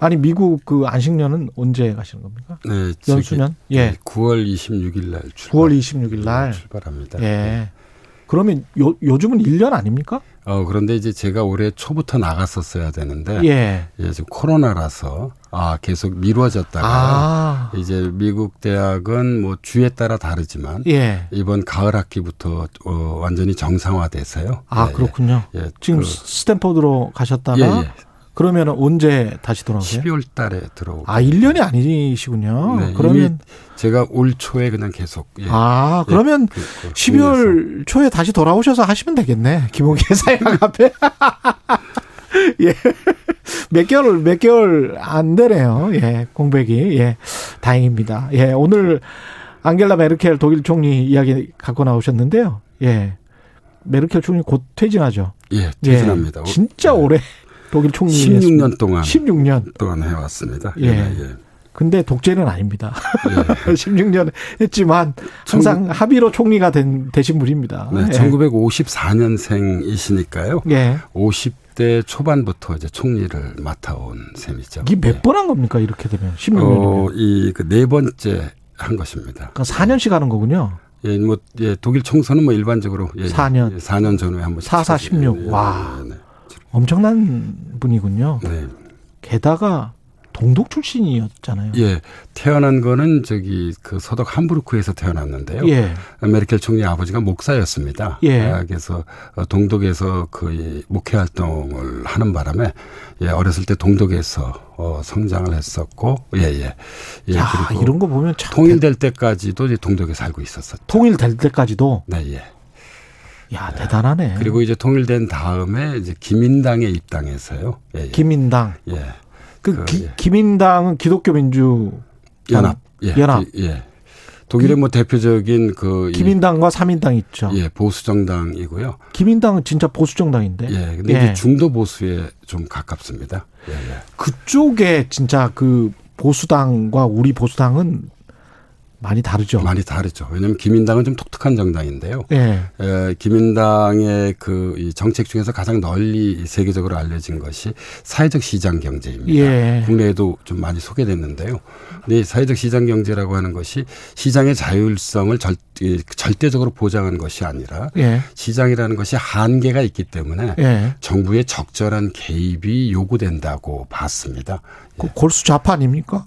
아니 미국 그 안식년은 언제 가시는 겁니까? 네, 저기, 예. 연수년? 네, 예, 9월 26일 날 출발. 9월 26일 날. 출발합니다. 네. 예. 그러면 요, 요즘은 1년 아닙니까? 어, 그런데 이제 제가 올해 초부터 나갔었어야 되는데 예. 예, 지금 코로나라서 아, 계속 미뤄졌다가 아, 이제 미국 대학은 뭐 주에 따라 다르지만 예. 이번 가을 학기부터 어, 완전히 정상화돼서요. 아 예, 그렇군요. 예, 예, 지금 그- 스탠퍼드로 가셨다가 예, 예. 그러면 언제 다시 돌아오세요? 12월 달에 들어오고 어, 아, 1년이 아니시군요. 네, 그러면 제가 올 초에 그냥 계속 예. 아, 예, 그러면 그- 그- 12월 초에 다시 돌아오셔서 하시면 되겠네. 김홍기 사양 앞에. 예. 몇 개월, 몇 개월 안 되네요. 예. 공백이. 예. 다행입니다. 예. 오늘 앙겔라 메르켈 독일 총리 이야기 갖고 나오셨는데요. 예. 메르켈 총리 곧 퇴진하죠. 예, 예. 퇴진합니다. 진짜 오래 독일 총리. 16년 동안 16년. 동안 해왔습니다. 예. 근데 독재는 아닙니다. 예. 16년 했지만 항상 합의로 총리가 된 되신 분입니다. 네, 예. 1954년생이시니까요. 예. 50대 초반부터 이제 총리를 맡아온 셈이죠. 예. 이게 몇 번 한 겁니까 이렇게 되면 16년이면 어, 이그 네 번째 한 것입니다. 그러니까 4년씩 하는 거군요. 예, 뭐 예, 독일 총선은 뭐 일반적으로 예, 사 년. 예, 4년 전후에 한 번. 사, 사, 십육. 와. 네, 엄청난 분이군요. 네. 게다가 동독 출신이었잖아요. 예, 태어난 거는 저기 그 서독 함부르크에서 태어났는데요. 예. 메르켈 총리 아버지가 목사였습니다. 예. 아, 그래서 어, 동독에서 그이 목회 활동을 하는 바람에 예, 어렸을 때 동독에서 어, 성장을 했었고 예예 예. 예, 야, 그리고 이런 거 보면 참 대- 통일될 때까지도 이제 동독에 살고 있었었죠. 통일될 때까지도 네, 예. 야 대단하네. 그리고 이제 통일된 다음에 이제 기민당에 입당해서요. 예, 예. 김인당 예. 그 그, 기, 예. 김인당은 기독교 민주 연합. 예. 연합. 예, 예. 독일의 뭐 대표적인 그이 김인당과 삼인당 있죠. 예, 보수 정당이고요. 김인당은 진짜 보수 정당인데. 예. 근데 이제 중도 보수에 좀 가깝습니다. 예, 예. 그쪽에 진짜 그 보수당과 우리 보수당은 많이 다르죠. 많이 다르죠. 왜냐하면 기민당은 좀 독특한 정당인데요. 예. 에, 기민당의 그이 정책 중에서 가장 널리 세계적으로 알려진 것이 사회적 시장 경제입니다. 예. 국내에도 좀 많이 소개됐는데요. 근데 이 사회적 시장 경제라고 하는 것이 시장의 자율성을 절, 이, 절대적으로 보장하는 것이 아니라 예. 시장이라는 것이 한계가 있기 때문에 예. 정부의 적절한 개입이 요구된다고 봤습니다. 그 골수 좌파 아닙니까?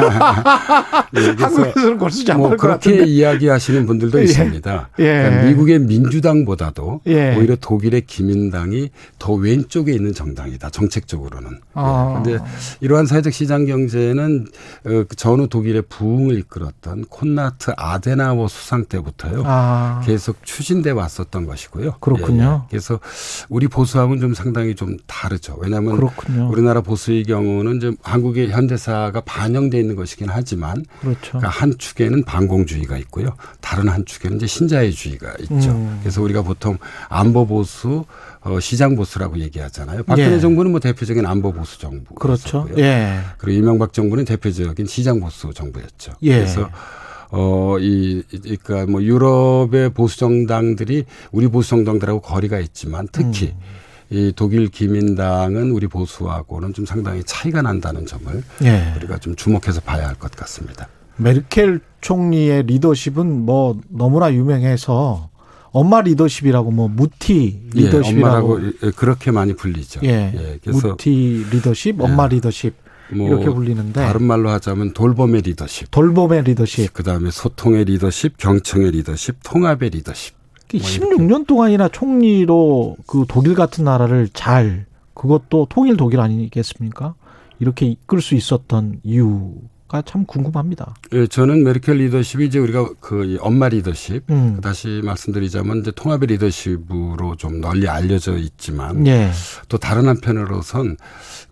예, 그래서 한국에서는 골수 좌파일 뭐것 그렇게 같은데. 이야기하시는 분들도 예. 있습니다. 예. 그러니까 미국의 민주당보다도 예. 오히려 독일의 기민당이 더 왼쪽에 있는 정당이다. 정책적으로는. 아. 그런데 이러한 사회적 시장 경제는 어, 그 전후 독일의 부흥을 이끌었던 콘라트 아데나워 수상 때부터요. 아. 계속 추진돼 왔었던 것이고요. 그렇군요. 예, 예. 그래서 우리 보수하고는 좀 상당히 좀 다르죠. 왜냐하면 그렇군요. 우리나라 보수의 경우는 좀 한국의 현대사가 반영돼 있는 것이긴 하지만 그렇죠. 그러니까 한 축에는 반공주의가 있고요. 다른 한 축에는 이제 신자유주의가 있죠. 음. 그래서 우리가 보통 안보 보수, 어, 시장 보수라고 얘기하잖아요. 박근혜 예. 정부는 뭐 대표적인 안보 보수 정부. 그렇죠. 예. 그리고 이명박 정부는 대표적인 시장 보수 정부였죠. 예. 그래서 어이 그러니까 뭐 유럽의 보수 정당들이 우리 보수 정당들하고 거리가 있지만 특히 음. 이 독일 기민당은 우리 보수하고는 좀 상당히 차이가 난다는 점을 예. 우리가 좀 주목해서 봐야 할 것 같습니다. 메르켈 총리의 리더십은 뭐 너무나 유명해서 엄마 리더십이라고 뭐 무티 예, 엄마라고 리더십이라고 예, 그렇게 많이 불리죠. 예. 그래서 예. 무티 리더십, 엄마 리더십 뭐 이렇게 불리는데 네. 다른 말로 하자면 돌봄의 리더십, 돌봄의 리더십. 그다음에 소통의 리더십, 경청의 리더십, 통합의 리더십. 그 뭐 16년 동안이나 총리로 그 독일 같은 나라를 잘 그것도 통일 독일 아니겠습니까? 이렇게 이끌 수 있었던 이유가 가참 궁금합니다. 예, 저는 메르켈 리더십이 이제 우리가 그이 엄마 리더십 음. 다시 말씀드리자면 이제 통합의 리더십으로 좀 널리 알려져 있지만 예. 또 다른 한편으로선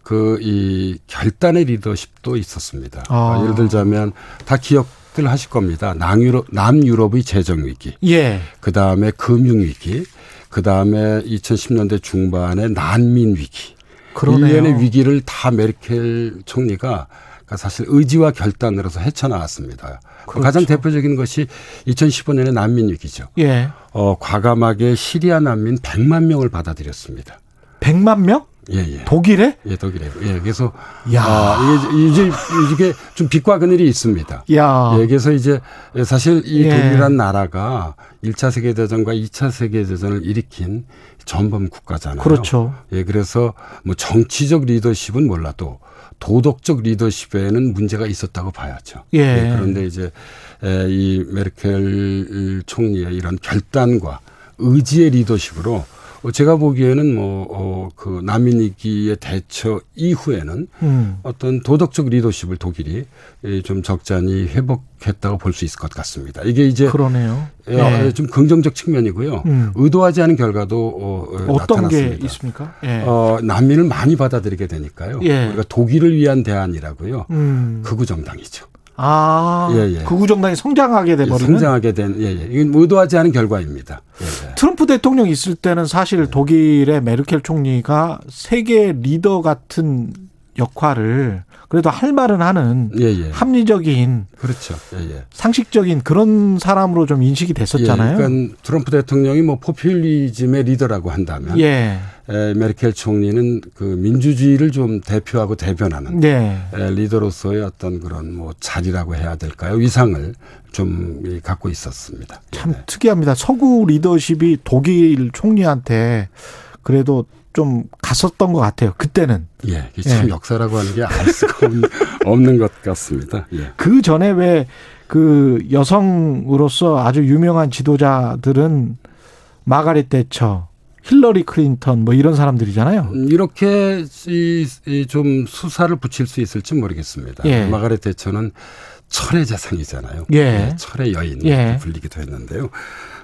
그 이 결단의 리더십도 있었습니다. 아. 어, 예를 들자면 다 기억들 하실 겁니다. 남유럽, 남유럽의 재정 위기, 예. 그 다음에 금융 위기, 그 다음에 2010년대 중반의 난민 위기. 그러네요. 일련의 위기를 다 메르켈 총리가 그러니까 사실 의지와 결단으로서 헤쳐나왔습니다. 그렇죠. 뭐 가장 대표적인 것이 2015년의 난민 위기죠. 예. 어, 과감하게 시리아 난민 100만 명을 받아들였습니다. 100만 명? 예, 예. 독일에? 예, 독일에. 예, 그래서 야. 아, 이게 이제 이게 좀 빛과 그늘이 있습니다. 야. 예, 그래서 이제 사실 이 아. 예. 독일이란 나라가 1차 세계 대전과 2차 세계 대전을 일으킨 전범 국가잖아요. 그렇죠. 예, 그래서 뭐 정치적 리더십은 몰라도 도덕적 리더십에는 문제가 있었다고 봐야죠. 예. 그런데 이제 에, 이 메르켈 총리의 이런 결단과 의지의 리더십으로 어, 제가 보기에는 뭐그 난민 위기의 대처 이후에는 음. 어떤 도덕적 리더십을 독일이 예, 좀 적잖이 회복했다고 볼 수 있을 것 같습니다. 이게 이제 그러네요. 예, 어, 좀 긍정적 측면이고요. 음. 의도하지 않은 결과도 어, 어, 어떤 게 나타났습니다. 있습니까? 예. 어, 난민을 많이 받아들이게 되니까요. 예. 우리가 독일을 위한 대안이라고요. 음. 극우 정당이죠. 아. 그 예, 예. 극우 정당이 성장하게 돼 예, 버리는 성장하게 된 예, 예. 이건 의도하지 않은 결과입니다. 예, 예. 트럼프 대통령 있을 때는 사실 독일의 메르켈 총리가 세계 리더 같은 역할을 그래도 할 말은 하는 예, 예. 합리적인 그렇죠. 예, 예. 상식적인 그런 사람으로 좀 인식이 됐었잖아요. 예, 그러니까 트럼프 대통령이 뭐 포퓰리즘의 리더라고 한다면 예. 에, 메르켈 총리는 그 민주주의를 좀 대표하고 대변하는 네. 에, 리더로서의 어떤 그런 뭐 자리라고 해야 될까요? 위상을 좀이 갖고 있었습니다. 참 네. 특이합니다. 서구 리더십이 독일 총리한테 그래도 좀 갔었던 것 같아요. 그때는. 예, 이게 참 예. 역사라고 하는 게 알 수가 없는, 없는 것 같습니다. 예. 그 전에 왜 그 여성으로서 아주 유명한 지도자들은 마가렛 대처, 힐러리 클린턴 뭐 이런 사람들이잖아요. 음, 이렇게 이, 이좀 수사를 붙일 수 있을지 모르겠습니다. 예. 마가렛 대처는 철의 재상이잖아요. 네, 예. 철의 여인 예. 이렇게 불리기도 했는데요.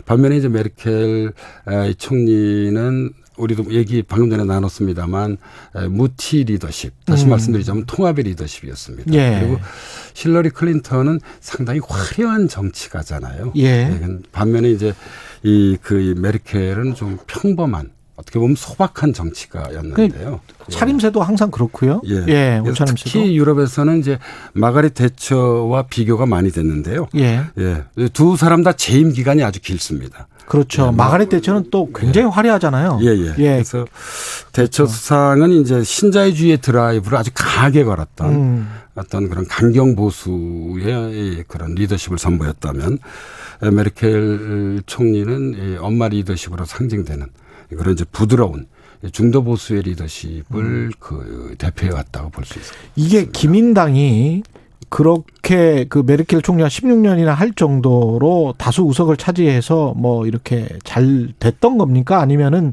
반면에 이제 메르켈 에, 총리는 우리도 얘기 방금 전에 나눴습니다만 에, 무티 리더십 다시 음. 말씀드리자면 통합의 리더십이었습니다. 예. 그리고 힐러리 클린턴은 상당히 화려한 정치가잖아요. 예. 예, 근- 반면에 이제 이 그 메르켈은 좀 평범한 어떻게 보면 소박한 정치가였는데요. 차림새도 항상 그렇고요. 예. 그, 예, 그래서 옷차림새도. 특히 유럽에서는 이제 마가렛 대처와 비교가 많이 됐는데요. 예. 예, 두 사람 다 재임 기간이 아주 길습니다. 그렇죠. 마가렛 대처는 또 굉장히 화려하잖아요. 예, 예. 그래서 대처 수상은 이제 신자유주의의 드라이브를 아주 강하게 걸었던 음. 어떤 그런 강경 보수의 그런 리더십을 선보였다면 메르켈 총리는 이 엄마 리더십으로 상징되는 그런 이제 부드러운 중도 보수의 리더십을 그 대표해 왔다고 볼 수 있습니다. 이게 기민당이 그렇게 그 메르켈 총리가 16년이나 할 정도로 다수 우석을 차지해서 뭐 이렇게 잘 됐던 겁니까? 아니면은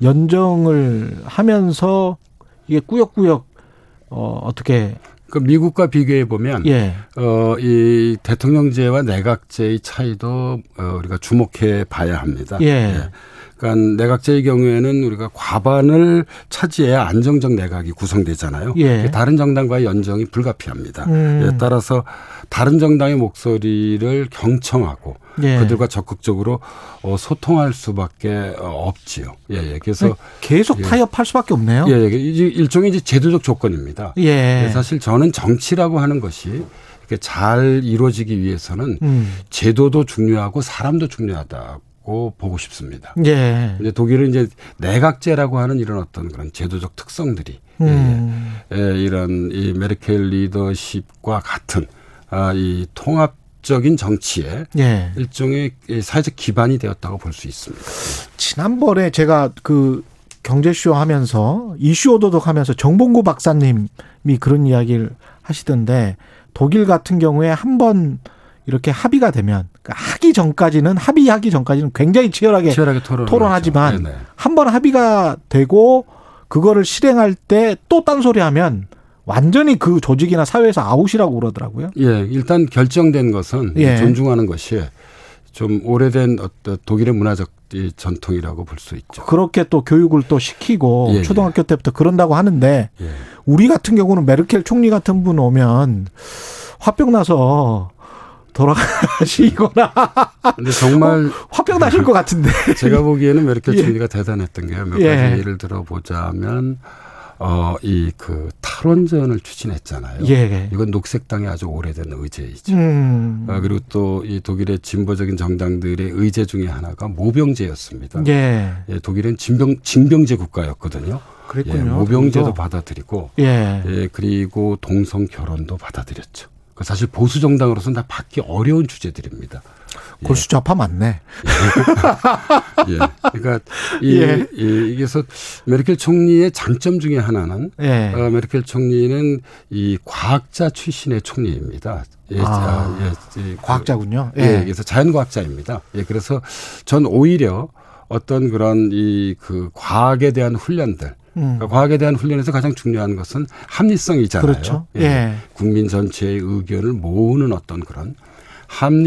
연정을 하면서 이게 꾸역꾸역 어 어떻게 그 미국과 비교해 보면 예. 어, 이 대통령제와 내각제의 차이도 어, 우리가 주목해 봐야 합니다. 예. 그러니까 내각제의 경우에는 우리가 과반을 차지해야 안정적 내각이 구성되잖아요. 예. 다른 정당과의 연정이 불가피합니다. 음. 예, 따라서 다른 정당의 목소리를 경청하고 예. 그들과 적극적으로 어, 소통할 수밖에 없지요. 예, 예. 그래서 계속 예. 타협할 수밖에 없네요. 예, 예. 이제 일종의 이제 제도적 조건입니다. 예. 사실 저는 정치라고 하는 것이 이렇게 잘 이루어지기 위해서는 음. 제도도 중요하고 사람도 중요하다고 보고 싶습니다. 예. 이제 독일은 이제 내각제라고 하는 이런 어떤 그런 제도적 특성들이 음. 예, 예, 이런 이 메르켈 리더십과 같은 아, 이 통합적인 정치에 예. 일종의 이 사회적 기반이 되었다고 볼 수 있습니다. 지난번에 제가 그 경제쇼 하면서 이슈 오도독 하면서 정봉구 박사님이 그런 이야기를 하시던데 독일 같은 경우에 한 번 이렇게 합의가 되면 그러니까 하기 전까지는 합의하기 전까지는 굉장히 치열하게 치열하게 네, 토론 토론하지만 한 번 합의가 되고 그거를 실행할 때 또 딴소리 하면 완전히 그 조직이나 사회에서 아웃이라고 그러더라고요. 예, 일단 결정된 것은 예. 존중하는 것이 좀 오래된 어떤 독일의 문화적 이 전통이라고 볼 수 있죠. 그렇게 또 교육을 또 시키고 예, 예. 초등학교 때부터 그런다고 하는데 예. 우리 같은 경우는 메르켈 총리 같은 분 오면 화병 나서 돌아가시거나 근데 정말 화병 나실 것 같은데. 제가 보기에는 메르켈 어? 예. 총리가 대단했던 게 몇 가지 예. 예를 들어보자면 어, 이 그 탈원전을 추진했잖아요. 예. 이건 녹색당의 아주 오래된 의제이죠. 음. 아, 그리고 또 이 독일의 진보적인 정당들의 의제 중에 하나가 모병제였습니다. 예. 예, 독일은 진병 징병제 국가였거든요. 예, 그랬군요. 모병제도 그래서. 받아들이고 예. 예, 그리고 동성 결혼도 받아들였죠. 그 사실 보수 정당으로서는 다 받기 어려운 주제들입니다. 골수 좌파 맞네. 예. 그러니까 이, 예. 이 그래서 메르켈 총리의 장점 중에 하나는 예. 어, 메르켈 총리는 이 과학자 출신의 총리입니다. 예, 아, 자, 예, 예, 그, 과학자군요. 예. 그래서 자연과학자입니다. 예, 그래서 전 오히려 어떤 그런 이 그 과학에 대한 훈련들, 음. 그러니까 과학에 대한 훈련에서 가장 중요한 것은 합리성이잖아요. 그렇죠. 예. 국민 전체의 의견을 모으는 어떤 그런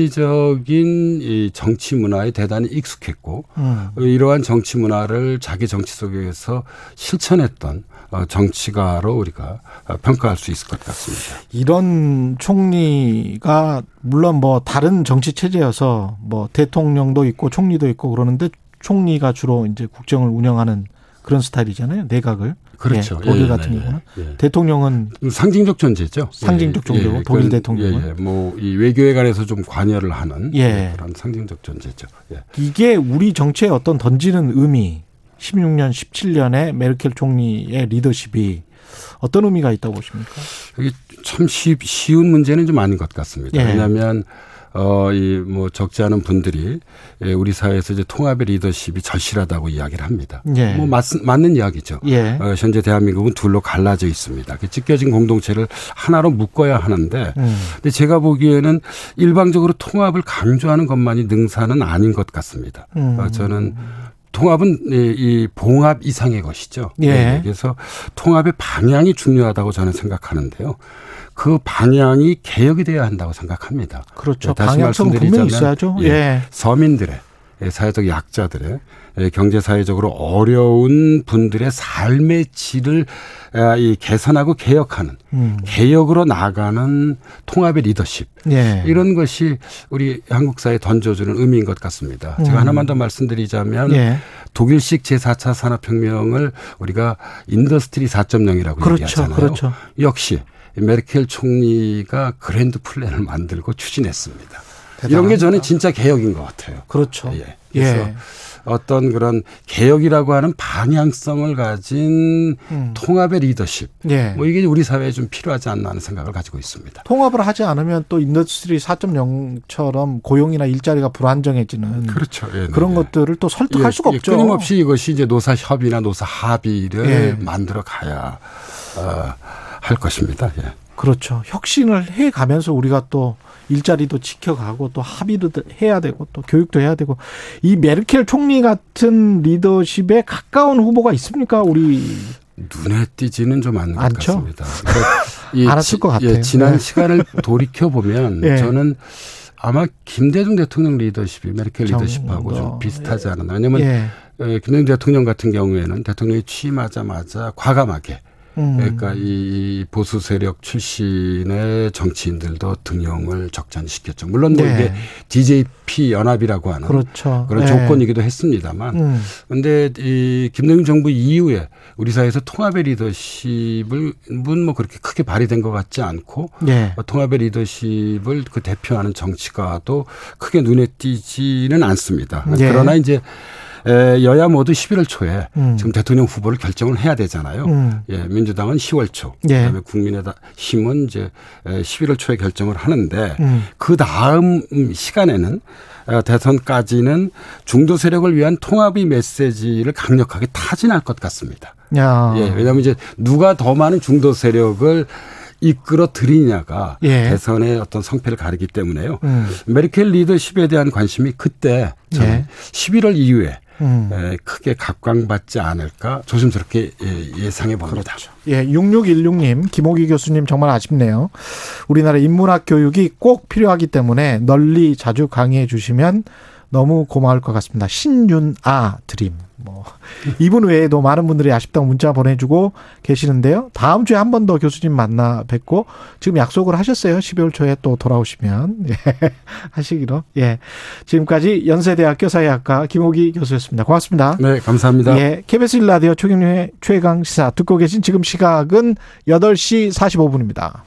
합리적인 이 정치 문화에 대단히 익숙했고 음. 이러한 정치 문화를 자기 정치 속에서 실천했던 어, 정치가로 우리가 어, 평가할 수 있을 것 같습니다. 이런 총리가 물론 뭐 다른 정치 체제여서 뭐 대통령도 있고 총리도 있고 그러는데 총리가 주로 이제 국정을 운영하는 그런 스타일이잖아요. 내각을. 그렇죠. 예, 독일 예, 같은 예, 경우는 예. 대통령은 좀 상징적 존재죠. 상징적 존재고, 독일 그건, 대통령은. 예, 예. 뭐이 외교에 관해서 좀 관여를 하는 예. 그런 상징적 존재죠. 예. 이게 우리 정치에 어떤 던지는 의미 16년 17년의 메르켈 총리의 리더십이 어떤 의미가 있다고 보십니까? 이게 참 쉬, 쉬운 문제는 좀 아닌 것 같습니다. 예. 왜냐하면 어, 이, 뭐, 적지 않은 분들이, 예, 우리 사회에서 이제 통합의 리더십이 절실하다고 이야기를 합니다. 예. 뭐, 맞, 맞는 이야기죠. 예. 어, 현재 대한민국은 둘로 갈라져 있습니다. 그 찢겨진 공동체를 하나로 묶어야 하는데, 음. 근데 제가 보기에는 일방적으로 통합을 강조하는 것만이 능사는 아닌 것 같습니다. 음. 어, 저는 통합은 이, 이 봉합 이상의 것이죠. 예. 네, 그래서 통합의 방향이 중요하다고 저는 생각하는데요. 그 방향이 개혁이 돼야 한다고 생각합니다. 그렇죠. 네, 다시 방향성은 분명히 말씀드리자면, 있어야죠. 예. 예. 서민들의 예, 사회적 약자들의 예, 경제 사회적으로 어려운 분들의 삶의 질을 아, 이 개선하고 개혁하는 음. 개혁으로 나가는 통합의 리더십 예. 이런 것이 우리 한국 사회에 던져주는 의미인 것 같습니다. 제가 하나만 더 말씀드리자면 음. 예. 독일식 제4차 산업혁명을 우리가 인더스트리 4.0이라고 그렇죠, 얘기하잖아요. 그렇죠. 역시 메르켈 총리가 그랜드 플랜을 만들고 추진했습니다. 이런 게 저는 진짜 개혁인 것 같아요. 그렇죠. 예. 그래서 예. 어떤 그런 개혁이라고 하는 방향성을 가진 음. 통합의 리더십. 예. 뭐 이게 우리 사회에 좀 필요하지 않나 하는 생각을 가지고 있습니다. 통합을 하지 않으면 또 인더스트리 4.0처럼 고용이나 일자리가 불안정해지는 그렇죠. 예, 네, 음. 그런 예. 것들을 또 설득할 예, 수가 예, 없죠. 끊임없이 이것이 이제 노사 협의나 노사 합의를 예. 만들어 가야 어, 할 것입니다. 예. 그렇죠. 혁신을 해 가면서 우리가 또 일자리도 지켜가고 또 합의도 해야 되고 또 교육도 해야 되고 이 메르켈 총리 같은 리더십에 가까운 후보가 있습니까? 우리 눈에 띄지는 좀 않는 것 않죠? 같습니다. 그러니까 이 알았을 지- 것 같아요. 예, 지난 네. 시간을 돌이켜 보면 예. 저는 아마 김대중 대통령 리더십이 메르켈 정도. 어, 리더십하고 좀 비슷하지 않았나. 왜냐하면 예. 에, 김대중 대통령 같은 경우에는 대통령이 취임하자마자 과감하게 음. 그러니까 이 보수 세력 출신의 정치인들도 등용을 적잖시켰죠. 물론 뭐 네. 이게 DJP 연합이라고 하는 그렇죠. 그런 예. 조건이기도 했습니다만 음. 근데 이 김대중 정부 이후에 우리 사회에서 통합의 리더십을 문뭐 그렇게 크게 발휘된 것 같지 않고 예. 어, 통합의 리더십을 그 대표하는 정치가도 크게 눈에 띄지는 않습니다. 예. 그러나 이제 에, 여야 모두 11월 초에 음. 지금 대통령 후보를 결정을 해야 되잖아요. 음. 예, 민주당은 10월 초, 예. 그다음에 국민의힘은 이제 에, 11월 초에 결정을 하는데 음. 그 다음 시간에는 어, 대선까지는 중도 세력을 위한 통합의 메시지를 강력하게 타진할 것 같습니다. 야. 예, 왜냐하면 이제 누가 더 많은 중도 세력을 이끌어 드리냐가 예. 대선의 어떤 성패를 가리기 때문에요. 음. 메르켈 리더십에 대한 관심이 그때 저는 예. 11월 이후에 음. 에, 크게 각광받지 않을까 조심스럽게 예, 예상해 봅니다. 예, 6616님, 김호기 교수님 정말 아쉽네요. 우리나라 인문학 교육이 꼭 필요하기 때문에 널리 자주 강의해 주시면 너무 고마울 것 같습니다. 신윤아 드림. 뭐 이분 외에도 많은 분들이 아쉽다고 문자 보내주고 계시는데요. 다음 주에 한 번 더 교수님 만나 뵙고 지금 약속을 하셨어요. 12월 초에 또 돌아오시면 예, 하시기로. 예. 지금까지 연세대학교 사회학과 김호기 교수였습니다. 고맙습니다. 네, 감사합니다. 예, KBS 1라디오 최경영의 최강 시사 듣고 계신 지금 시각은 8시 45분입니다.